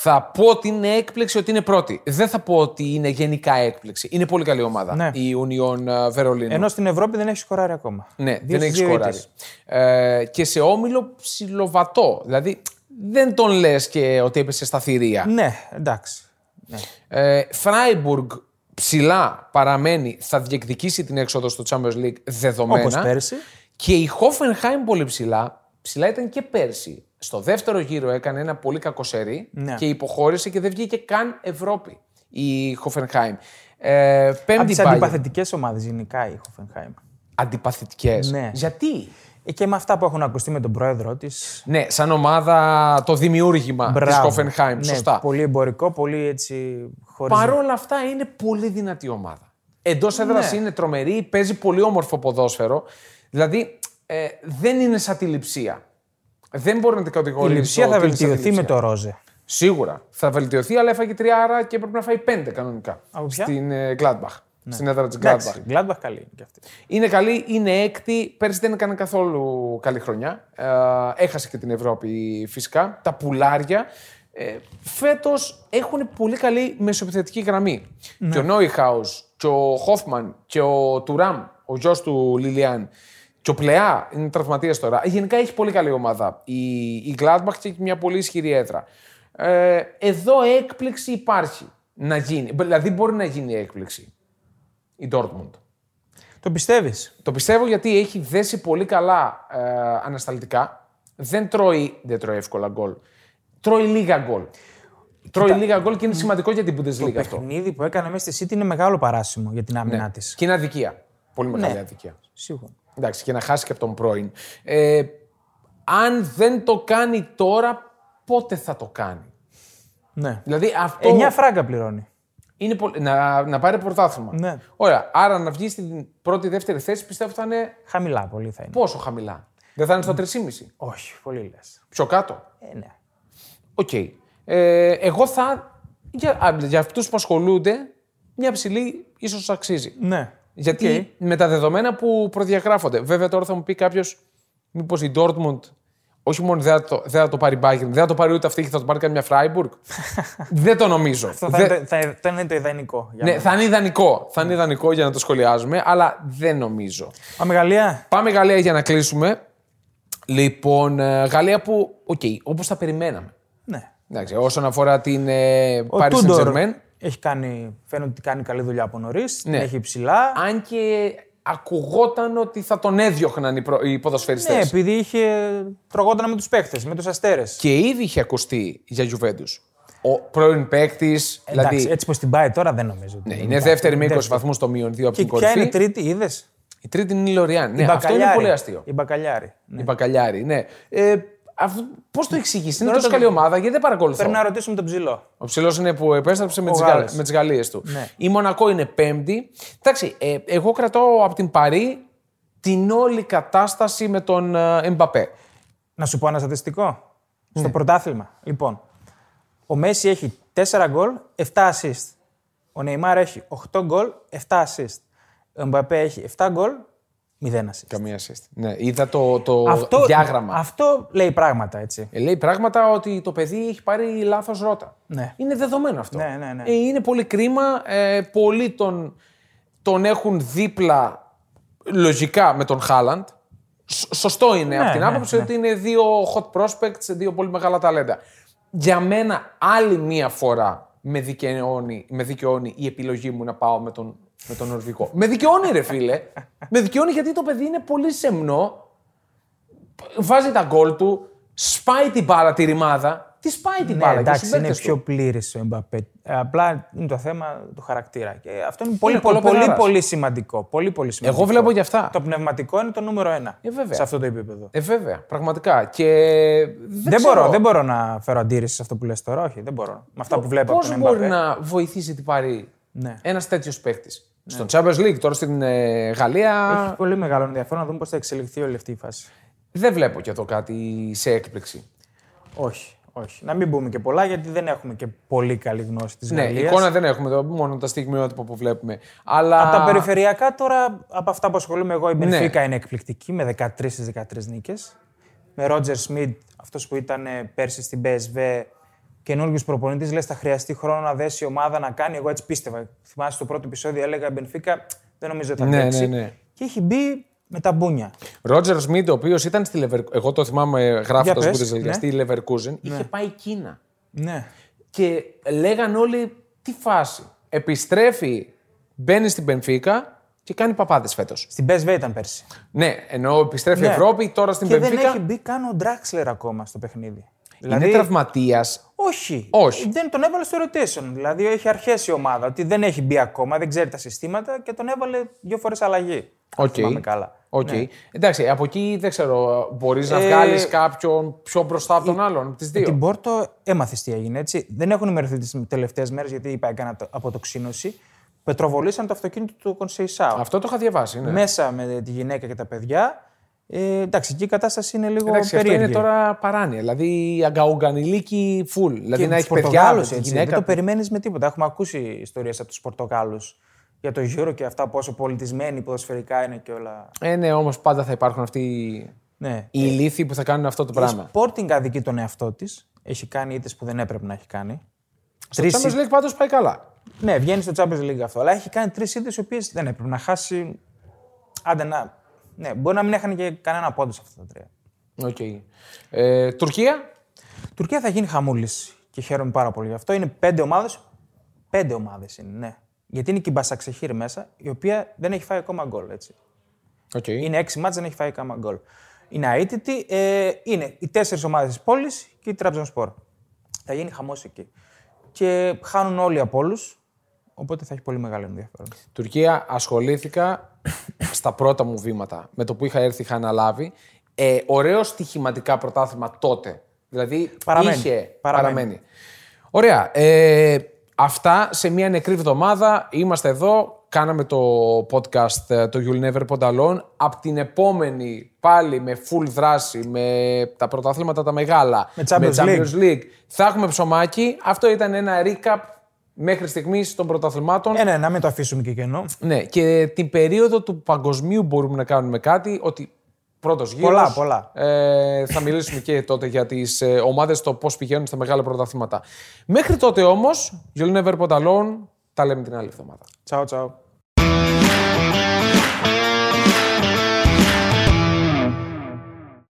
[SPEAKER 2] Θα πω ότι είναι έκπληξη ότι είναι πρώτη. Δεν θα πω ότι είναι γενικά έκπληξη. Είναι πολύ καλή ομάδα
[SPEAKER 1] Ναι.
[SPEAKER 2] η Ουνιόν ε, Βερολίνου.
[SPEAKER 1] Ενώ στην Ευρώπη δεν έχει σκοράρει ακόμα.
[SPEAKER 2] Ναι,
[SPEAKER 1] Δύο
[SPEAKER 2] δεν έχει
[SPEAKER 1] στις δύο
[SPEAKER 2] σκοράρει.
[SPEAKER 1] ήττες.
[SPEAKER 2] Ε, και σε όμιλο ψηλοβατό. Δηλαδή δεν τον λες και ότι έπεσε στα θηρία.
[SPEAKER 1] Ναι, εντάξει. Ναι.
[SPEAKER 2] Ε, Φράιμπουργκ ψηλά παραμένει, θα διεκδικήσει την έξοδο στο Champions League δεδομένα.
[SPEAKER 1] Όπως πέρσι.
[SPEAKER 2] Και η Hoffenheim πολύ ψηλά. Ψηλά ήταν και πέρσι. Στο δεύτερο γύρο έκανε ένα πολύ κακό σερί
[SPEAKER 1] Ναι.
[SPEAKER 2] και υποχώρησε και δεν βγήκε καν Ευρώπη η Hoffenheim. Ε,
[SPEAKER 1] Από
[SPEAKER 2] πέμπτη
[SPEAKER 1] τις
[SPEAKER 2] Bayern.
[SPEAKER 1] αντιπαθητικές ομάδες γενικά η Χοφενχάιμ.
[SPEAKER 2] Αντιπαθητικές.
[SPEAKER 1] Ναι.
[SPEAKER 2] Γιατί?
[SPEAKER 1] Και με αυτά που έχουν ακουστεί με τον πρόεδρό της.
[SPEAKER 2] Ναι, σαν ομάδα το δημιούργημα της Hoffenheim.
[SPEAKER 1] Ναι,
[SPEAKER 2] σωστά.
[SPEAKER 1] Πολύ εμπορικό, πολύ έτσι. Χωρίς...
[SPEAKER 2] Παρ' όλα αυτά είναι πολύ δυνατή ομάδα. Εντός
[SPEAKER 1] Ναι.
[SPEAKER 2] έδρας είναι τρομερή, παίζει πολύ όμορφο ποδόσφαιρο. Δηλαδή ε, δεν είναι σαν τη λειψία. Δεν μπορεί να την
[SPEAKER 1] Η
[SPEAKER 2] κατηγορήσει.
[SPEAKER 1] λειψία
[SPEAKER 2] ότι
[SPEAKER 1] θα
[SPEAKER 2] είναι σαν τη
[SPEAKER 1] βελτιωθεί με
[SPEAKER 2] Λειψία.
[SPEAKER 1] το Ρόζε.
[SPEAKER 2] Σίγουρα. Θα βελτιωθεί, αλλά έφαγε τρία άρα και πρέπει να φάει πέντε κανονικά.
[SPEAKER 1] Από ποια?
[SPEAKER 2] Στην ε, Gladbach. Στην έδρα της Gladbach.
[SPEAKER 1] Ναι. Εντάξει, Gladbach καλή είναι και αυτή.
[SPEAKER 2] Είναι καλή, είναι έκτη. Πέρσι δεν έκανε καθόλου καλή χρονιά. Ε, έχασε και την Ευρώπη φυσικά. Τα πουλάρια. Ε, Φέτος έχουν πολύ καλή μεσοπιθετική γραμμή. Και ο Νόιχαου, και ο Χόφμαν, και ο Τουράμ, ο γιος του Λιλιάν. Και ο Πλεά είναι τραυματίας τώρα. Ε, Γενικά έχει πολύ καλή ομάδα. Η, η Gladbach και έχει μια πολύ ισχυρή έδρα. Ε, εδώ έκπληξη υπάρχει να γίνει. Δηλαδή μπορεί να γίνει έκπληξη. Η Dortmund.
[SPEAKER 1] Το πιστεύεις.
[SPEAKER 2] Το πιστεύω γιατί έχει δέσει πολύ καλά ε, ανασταλτικά. Δεν τρώει, δεν τρώει εύκολα γκολ. Τρώει λίγα γκολ. Τρώει λίγα γκολ και είναι σημαντικό για την Bundesliga
[SPEAKER 1] Το
[SPEAKER 2] αυτό. Ναι.
[SPEAKER 1] παιχνίδι που έκανε μέσα στη City είναι μεγάλο παράσημο για την άμυνά της.
[SPEAKER 2] Και είναι αδικία. Πολύ μεγάλη
[SPEAKER 1] Ναι.
[SPEAKER 2] αδικία.
[SPEAKER 1] Σίγουρα.
[SPEAKER 2] Εντάξει, και να χάσει και από τον πρώην. Ε, αν δεν το κάνει τώρα, πότε θα το κάνει.
[SPEAKER 1] Ναι.
[SPEAKER 2] Δηλαδή αυτό
[SPEAKER 1] 9 φράγκα πληρώνει.
[SPEAKER 2] είναι πολύ... να, να πάρει πρωτάθλημα.
[SPEAKER 1] Ναι.
[SPEAKER 2] Ωραία. Άρα να βγει στην πρώτη-δεύτερη θέση πιστεύω θα είναι
[SPEAKER 1] Χαμηλά πολύ θα είναι.
[SPEAKER 2] πόσο χαμηλά. Δεν θα είναι στο 3,5.
[SPEAKER 1] Όχι, πολύ λες.
[SPEAKER 2] Πιο κάτω.
[SPEAKER 1] Ε, ναι.
[SPEAKER 2] Οκ. Ε, εγώ θα. Για, α, για αυτούς που ασχολούνται, μια ψηλή ίσως αξίζει.
[SPEAKER 1] ναι.
[SPEAKER 2] Γιατί με τα δεδομένα που προδιαγράφονται. Βέβαια, τώρα θα μου πει κάποιος, μήπως η Dortmund όχι μόνο δεν θα το, δεν θα το πάρει η Bayern, δεν θα το πάρει ούτε αυτή και θα το πάρει καμιά
[SPEAKER 1] [LAUGHS]
[SPEAKER 2] Freiburg. δεν το νομίζω.
[SPEAKER 1] Αυτό θα,
[SPEAKER 2] Δεν-
[SPEAKER 1] είναι, το- θα, θα είναι το ιδανικό. Για
[SPEAKER 2] ναι,
[SPEAKER 1] μένα.
[SPEAKER 2] θα είναι ιδανικό. Θα είναι ιδανικό για να το σχολιάζουμε, αλλά δεν νομίζω.
[SPEAKER 1] Πάμε Γαλλία.
[SPEAKER 2] Πάμε Γαλλία για να κλείσουμε. Λοιπόν, ε, Γαλλία που, οκ, όπως τα περιμέναμε.
[SPEAKER 1] Ναι.
[SPEAKER 2] Εντάξει, όσον αφορά την ε,
[SPEAKER 1] Ο
[SPEAKER 2] Paris
[SPEAKER 1] Τούντορ
[SPEAKER 2] Saint-Germain,
[SPEAKER 1] έχει κάνει, φαίνεται ότι κάνει καλή δουλειά από νωρίς. Την
[SPEAKER 2] Ναι.
[SPEAKER 1] έχει ψηλά.
[SPEAKER 2] αν και ακουγόταν ότι θα τον έδιωχναν οι, προ... οι ποδοσφαιριστές.
[SPEAKER 1] Ναι, επειδή είχε. τρογόταν με τους παίχτε, με τους αστέρες.
[SPEAKER 2] Και ήδη είχε ακουστεί για Juventus. Ο πρώην παίκτης,
[SPEAKER 1] Εντάξει,
[SPEAKER 2] δηλαδή.
[SPEAKER 1] έτσι πως την πάει τώρα δεν νομίζω. ότι
[SPEAKER 2] Ναι,
[SPEAKER 1] δεν
[SPEAKER 2] είναι
[SPEAKER 1] υπάρχει.
[SPEAKER 2] δεύτερη με 20 βαθμούς στο μείον 2 από
[SPEAKER 1] Και
[SPEAKER 2] την
[SPEAKER 1] ποια
[SPEAKER 2] κορυφή.
[SPEAKER 1] είναι η τρίτη, είδες.
[SPEAKER 2] Η τρίτη είναι η Λοριάν. Ναι, αυτό είναι πολύ αστείο.
[SPEAKER 1] Η Μπακαλιάρη.
[SPEAKER 2] Η Μπακαλιάρη, ναι. Ε, Πώς το εξηγήσει, είναι τόσο καλή ομάδα, γιατί δεν παρακολουθώ.
[SPEAKER 1] Πρέπει να ρωτήσουμε τον ψηλό.
[SPEAKER 2] Ο ψηλός είναι που επέστρεψε με
[SPEAKER 1] Ο
[SPEAKER 2] τις
[SPEAKER 1] Γάλλος.
[SPEAKER 2] Γαλλ- με τις Γαλλίες του.
[SPEAKER 1] Ναι.
[SPEAKER 2] Η Μονακό είναι πέμπτη. Εντάξει, ε, εγώ κρατώ από την Παρή την όλη κατάσταση με τον ε, Εμπαπέ.
[SPEAKER 1] Να σου πω ένα στατιστικό.
[SPEAKER 2] Ναι.
[SPEAKER 1] Στο πρωτάθλημα. Λοιπόν, ο Μέση έχει 4 γκολ, 7 assist. Ο Νεϊμάρ έχει 8 γκολ, 7 assist. Ο Μπαπέ έχει 7 γκολ, 0 assist.
[SPEAKER 2] Καμία σύστη. Ναι, είδα το, το
[SPEAKER 1] Αυτό,
[SPEAKER 2] διάγραμμα.
[SPEAKER 1] αυτό λέει πράγματα, έτσι.
[SPEAKER 2] Ε, λέει πράγματα ότι το παιδί έχει πάρει λάθος ρότα.
[SPEAKER 1] Ναι.
[SPEAKER 2] Είναι δεδομένο αυτό.
[SPEAKER 1] Ναι, ναι, ναι.
[SPEAKER 2] Ε, είναι πολύ κρίμα. Ε, πολλοί τον, τον έχουν δίπλα λογικά με τον Χάλαντ. Σ- Σωστό είναι από την
[SPEAKER 1] ναι,
[SPEAKER 2] άποψη ότι είναι δύο hot prospects, δύο πολύ μεγάλα ταλέντα. Για μένα, άλλη μία φορά με δικαιώνει, με δικαιώνει η επιλογή μου να πάω με τον, με τον Νορβηγό. με δικαιώνει, ρε
[SPEAKER 1] [LAUGHS]
[SPEAKER 2] φίλε. με δικαιώνει γιατί το παιδί είναι πολύ σεμνό βάζει τα γκολ του, σπάει την μπάλα τη ρημάδα. Τη σπάει την
[SPEAKER 1] Ναι,
[SPEAKER 2] μπάλα. και
[SPEAKER 1] εντάξει,
[SPEAKER 2] στους
[SPEAKER 1] είναι
[SPEAKER 2] συμπαίκτες
[SPEAKER 1] πιο
[SPEAKER 2] του.
[SPEAKER 1] πλήρης ο Εμπαπέ. Απλά είναι το θέμα του χαρακτήρα. Και αυτό είναι πολύ,
[SPEAKER 2] Είναι
[SPEAKER 1] πολύ, πολύ,
[SPEAKER 2] κολοπεδάρας.
[SPEAKER 1] πολύ σημαντικό. Πολύ, πολύ σημαντικό.
[SPEAKER 2] Εγώ βλέπω γι' αυτά.
[SPEAKER 1] Το πνευματικό είναι το νούμερο ένα
[SPEAKER 2] Ε, βέβαια.
[SPEAKER 1] σε αυτό το επίπεδο.
[SPEAKER 2] Ε, βέβαια, πραγματικά. Και δεν,
[SPEAKER 1] δεν,
[SPEAKER 2] ξέρω
[SPEAKER 1] μπορώ, δεν μπορώ να φέρω αντίρρηση σε αυτό που λες τώρα. Όχι, δεν μπορώ. Με αυτά που βλέπω από
[SPEAKER 2] Πώς
[SPEAKER 1] τον
[SPEAKER 2] μπορεί
[SPEAKER 1] Εμπαπέ.
[SPEAKER 2] να βοηθήσει την Παρή
[SPEAKER 1] Ναι.
[SPEAKER 2] ένας τέτοιος παίκτης. Στον Champions League, τώρα στην ε, Γαλλία.
[SPEAKER 1] Έχει πολύ μεγάλο ενδιαφέρον να δούμε πώς θα εξελιχθεί όλη αυτή η φάση.
[SPEAKER 2] Δεν βλέπω κι εδώ κάτι σε έκπληξη.
[SPEAKER 1] Όχι, όχι. Να μην πούμε και πολλά γιατί δεν έχουμε και πολύ καλή γνώση της
[SPEAKER 2] Ναι,
[SPEAKER 1] Γαλλίας.
[SPEAKER 2] εικόνα δεν έχουμε, το- μόνο τα στιγμιότυπα που βλέπουμε. Αλλά.
[SPEAKER 1] Από τα περιφερειακά τώρα, από αυτά που ασχολούμαι εγώ, η
[SPEAKER 2] Ναι.
[SPEAKER 1] Μπενφίκα είναι εκπληκτική με 13 στι 13 νίκες. Με Ρότζερ Σμιτ, αυτός που ήταν ε, πέρσι στην PSV, καινούριο προπονητής, λες θα χρειαστεί χρόνο να δέσει η ομάδα να κάνει. Εγώ έτσι πίστευα. Θυμάσαι στο πρώτο επεισόδιο, έλεγα η Μπενφίκα, δεν νομίζω ότι θα
[SPEAKER 2] Ναι,
[SPEAKER 1] αντέξει».
[SPEAKER 2] ναι, ναι.
[SPEAKER 1] Και έχει μπει με τα μπούνια.
[SPEAKER 2] Ρότζερ Σμιτ, ο οποίος ήταν στη Leverkusen. Εγώ το θυμάμαι γράφοντας
[SPEAKER 1] Για πες,
[SPEAKER 2] Bundesliga
[SPEAKER 1] ναι.
[SPEAKER 2] στη Leverkusen, είχε πάει Κίνα.
[SPEAKER 1] Ναι.
[SPEAKER 2] Και λέγαν όλοι τι φάση. Επιστρέφει, μπαίνει στην Πενφύκα και κάνει παπάδες φέτος.
[SPEAKER 1] Στην PSV ήταν πέρσι.
[SPEAKER 2] Ναι, ενώ επιστρέφει
[SPEAKER 1] Ναι.
[SPEAKER 2] Ευρώπη, τώρα στην
[SPEAKER 1] Και δεν
[SPEAKER 2] Πενφύκα.
[SPEAKER 1] έχει Δηλαδή- μπει καν ο Ντράξλερ ακόμα στο παιχνίδι.
[SPEAKER 2] Είναι τραυματίας.
[SPEAKER 1] Όχι.
[SPEAKER 2] Όχι.
[SPEAKER 1] Δεν τον έβαλε στο rotation. Δηλαδή έχει αρχέσει η ομάδα. Ότι δεν έχει μπει ακόμα, δεν ξέρει τα συστήματα και τον έβαλε δύο φορές αλλαγή. Αν
[SPEAKER 2] Οκ.
[SPEAKER 1] θυμάμαι καλά.
[SPEAKER 2] Οκ. Εντάξει, από εκεί δεν ξέρω. Μπορείς να
[SPEAKER 1] Ναι. Ε,
[SPEAKER 2] βγάλεις κάποιον πιο μπροστά από τον άλλον, από τις δύο.
[SPEAKER 1] Την Πόρτο έμαθες τι έγινε έτσι. Δεν έχουν ενημερωθεί τις τελευταίες μέρες γιατί είπα έκανα το- αποτοξίνωση. Πετροβολήσαν το αυτοκίνητο του Κονσεϊσάου.
[SPEAKER 2] Αυτό το είχα διαβάσει. Ναι.
[SPEAKER 1] Μέσα με τη γυναίκα και τα παιδιά. Ε, εντάξει, εκεί η κατάσταση είναι λίγο
[SPEAKER 2] Εντάξει, αυτό
[SPEAKER 1] περίεργη.
[SPEAKER 2] είναι τώρα παράνοια. Δηλαδή αγκαουγκανιλίκη φουλ. Δηλαδή
[SPEAKER 1] και
[SPEAKER 2] να
[SPEAKER 1] τους
[SPEAKER 2] έχει παιδιά με
[SPEAKER 1] Πορτογάλους,
[SPEAKER 2] τη
[SPEAKER 1] έτσι,
[SPEAKER 2] γυναίκα.
[SPEAKER 1] Δεν το περιμένεις με τίποτα. Έχουμε ακούσει ιστορίες από τους Πορτογάλους για το Euro και αυτά πόσο πολιτισμένοι ποδοσφαιρικά είναι και όλα.
[SPEAKER 2] Ε, ναι, όμως πάντα θα υπάρχουν αυτοί
[SPEAKER 1] Ναι.
[SPEAKER 2] οι ηλίθιοι που θα κάνουν αυτό το
[SPEAKER 1] Η
[SPEAKER 2] πράγμα.
[SPEAKER 1] Sporting αδικεί τον εαυτό της. Έχει κάνει ήττες που δεν έπρεπε να έχει κάνει.
[SPEAKER 2] Το
[SPEAKER 1] Τρεις
[SPEAKER 2] Champions
[SPEAKER 1] ήτ-
[SPEAKER 2] League πάντως πάει καλά.
[SPEAKER 1] Ναι, βγαίνει στο Champions League αυτό. Αλλά έχει κάνει τρεις ήττες οι οποίες δεν έπρεπε να χάσει. Άντε να. Ναι, μπορεί να μην έχανε και κανένα πόντο σε αυτά τα τρία.
[SPEAKER 2] Okay. Ε, Τουρκία.
[SPEAKER 1] Τουρκία θα γίνει χαμούλης και χαίρομαι πάρα πολύ γι' αυτό. Είναι πέντε ομάδες. Πέντε ομάδες είναι, ναι. Γιατί είναι και η Μπασαξεχήρ μέσα, η οποία δεν έχει φάει ακόμα γκολ. Έτσι.
[SPEAKER 2] Okay.
[SPEAKER 1] Είναι έξι μάτς, δεν έχει φάει ακόμα γκολ. Είναι αίτητη. Ε, είναι οι τέσσερις ομάδες της πόλης και η Τραμπζονσπορ. Θα γίνει χαμός εκεί. Και χάνουν όλοι από όλους. Οπότε θα έχει πολύ μεγάλο ενδιαφέρον.
[SPEAKER 2] Τουρκία ασχολήθηκα στα πρώτα μου βήματα με το που είχα έρθει, είχα αναλάβει. Ε, ωραίο στοιχηματικά πρωτάθλημα τότε. Δηλαδή
[SPEAKER 1] Παραμένει.
[SPEAKER 2] είχε.
[SPEAKER 1] Παραμένει.
[SPEAKER 2] Ωραία. Ε, αυτά σε μια νεκρή εβδομάδα. Είμαστε εδώ. Κάναμε το podcast ε, το You'll Never Pond Alone. Απ' την επόμενη πάλι με full δράση, με τα πρωταθλήματα τα μεγάλα.
[SPEAKER 1] Με Champions League.
[SPEAKER 2] Champions League. Θα έχουμε ψωμάκι. Αυτό ήταν ένα recap μέχρι στιγμής των πρωταθλημάτων.
[SPEAKER 1] Ε, ναι, να μην το αφήσουμε και κενό.
[SPEAKER 2] Ναι, και την περίοδο του παγκοσμίου μπορούμε να κάνουμε κάτι ότι Πρώτος γύρος.
[SPEAKER 1] Πολλά, πολλά.
[SPEAKER 2] Ε, θα μιλήσουμε και τότε για τις ε, ομάδες, το πώς πηγαίνουν στα μεγάλα πρωταθλήματα. Μέχρι τότε όμως, You'll never put alone, τα λέμε την άλλη εβδομάδα.
[SPEAKER 1] Τσαο, τσαο.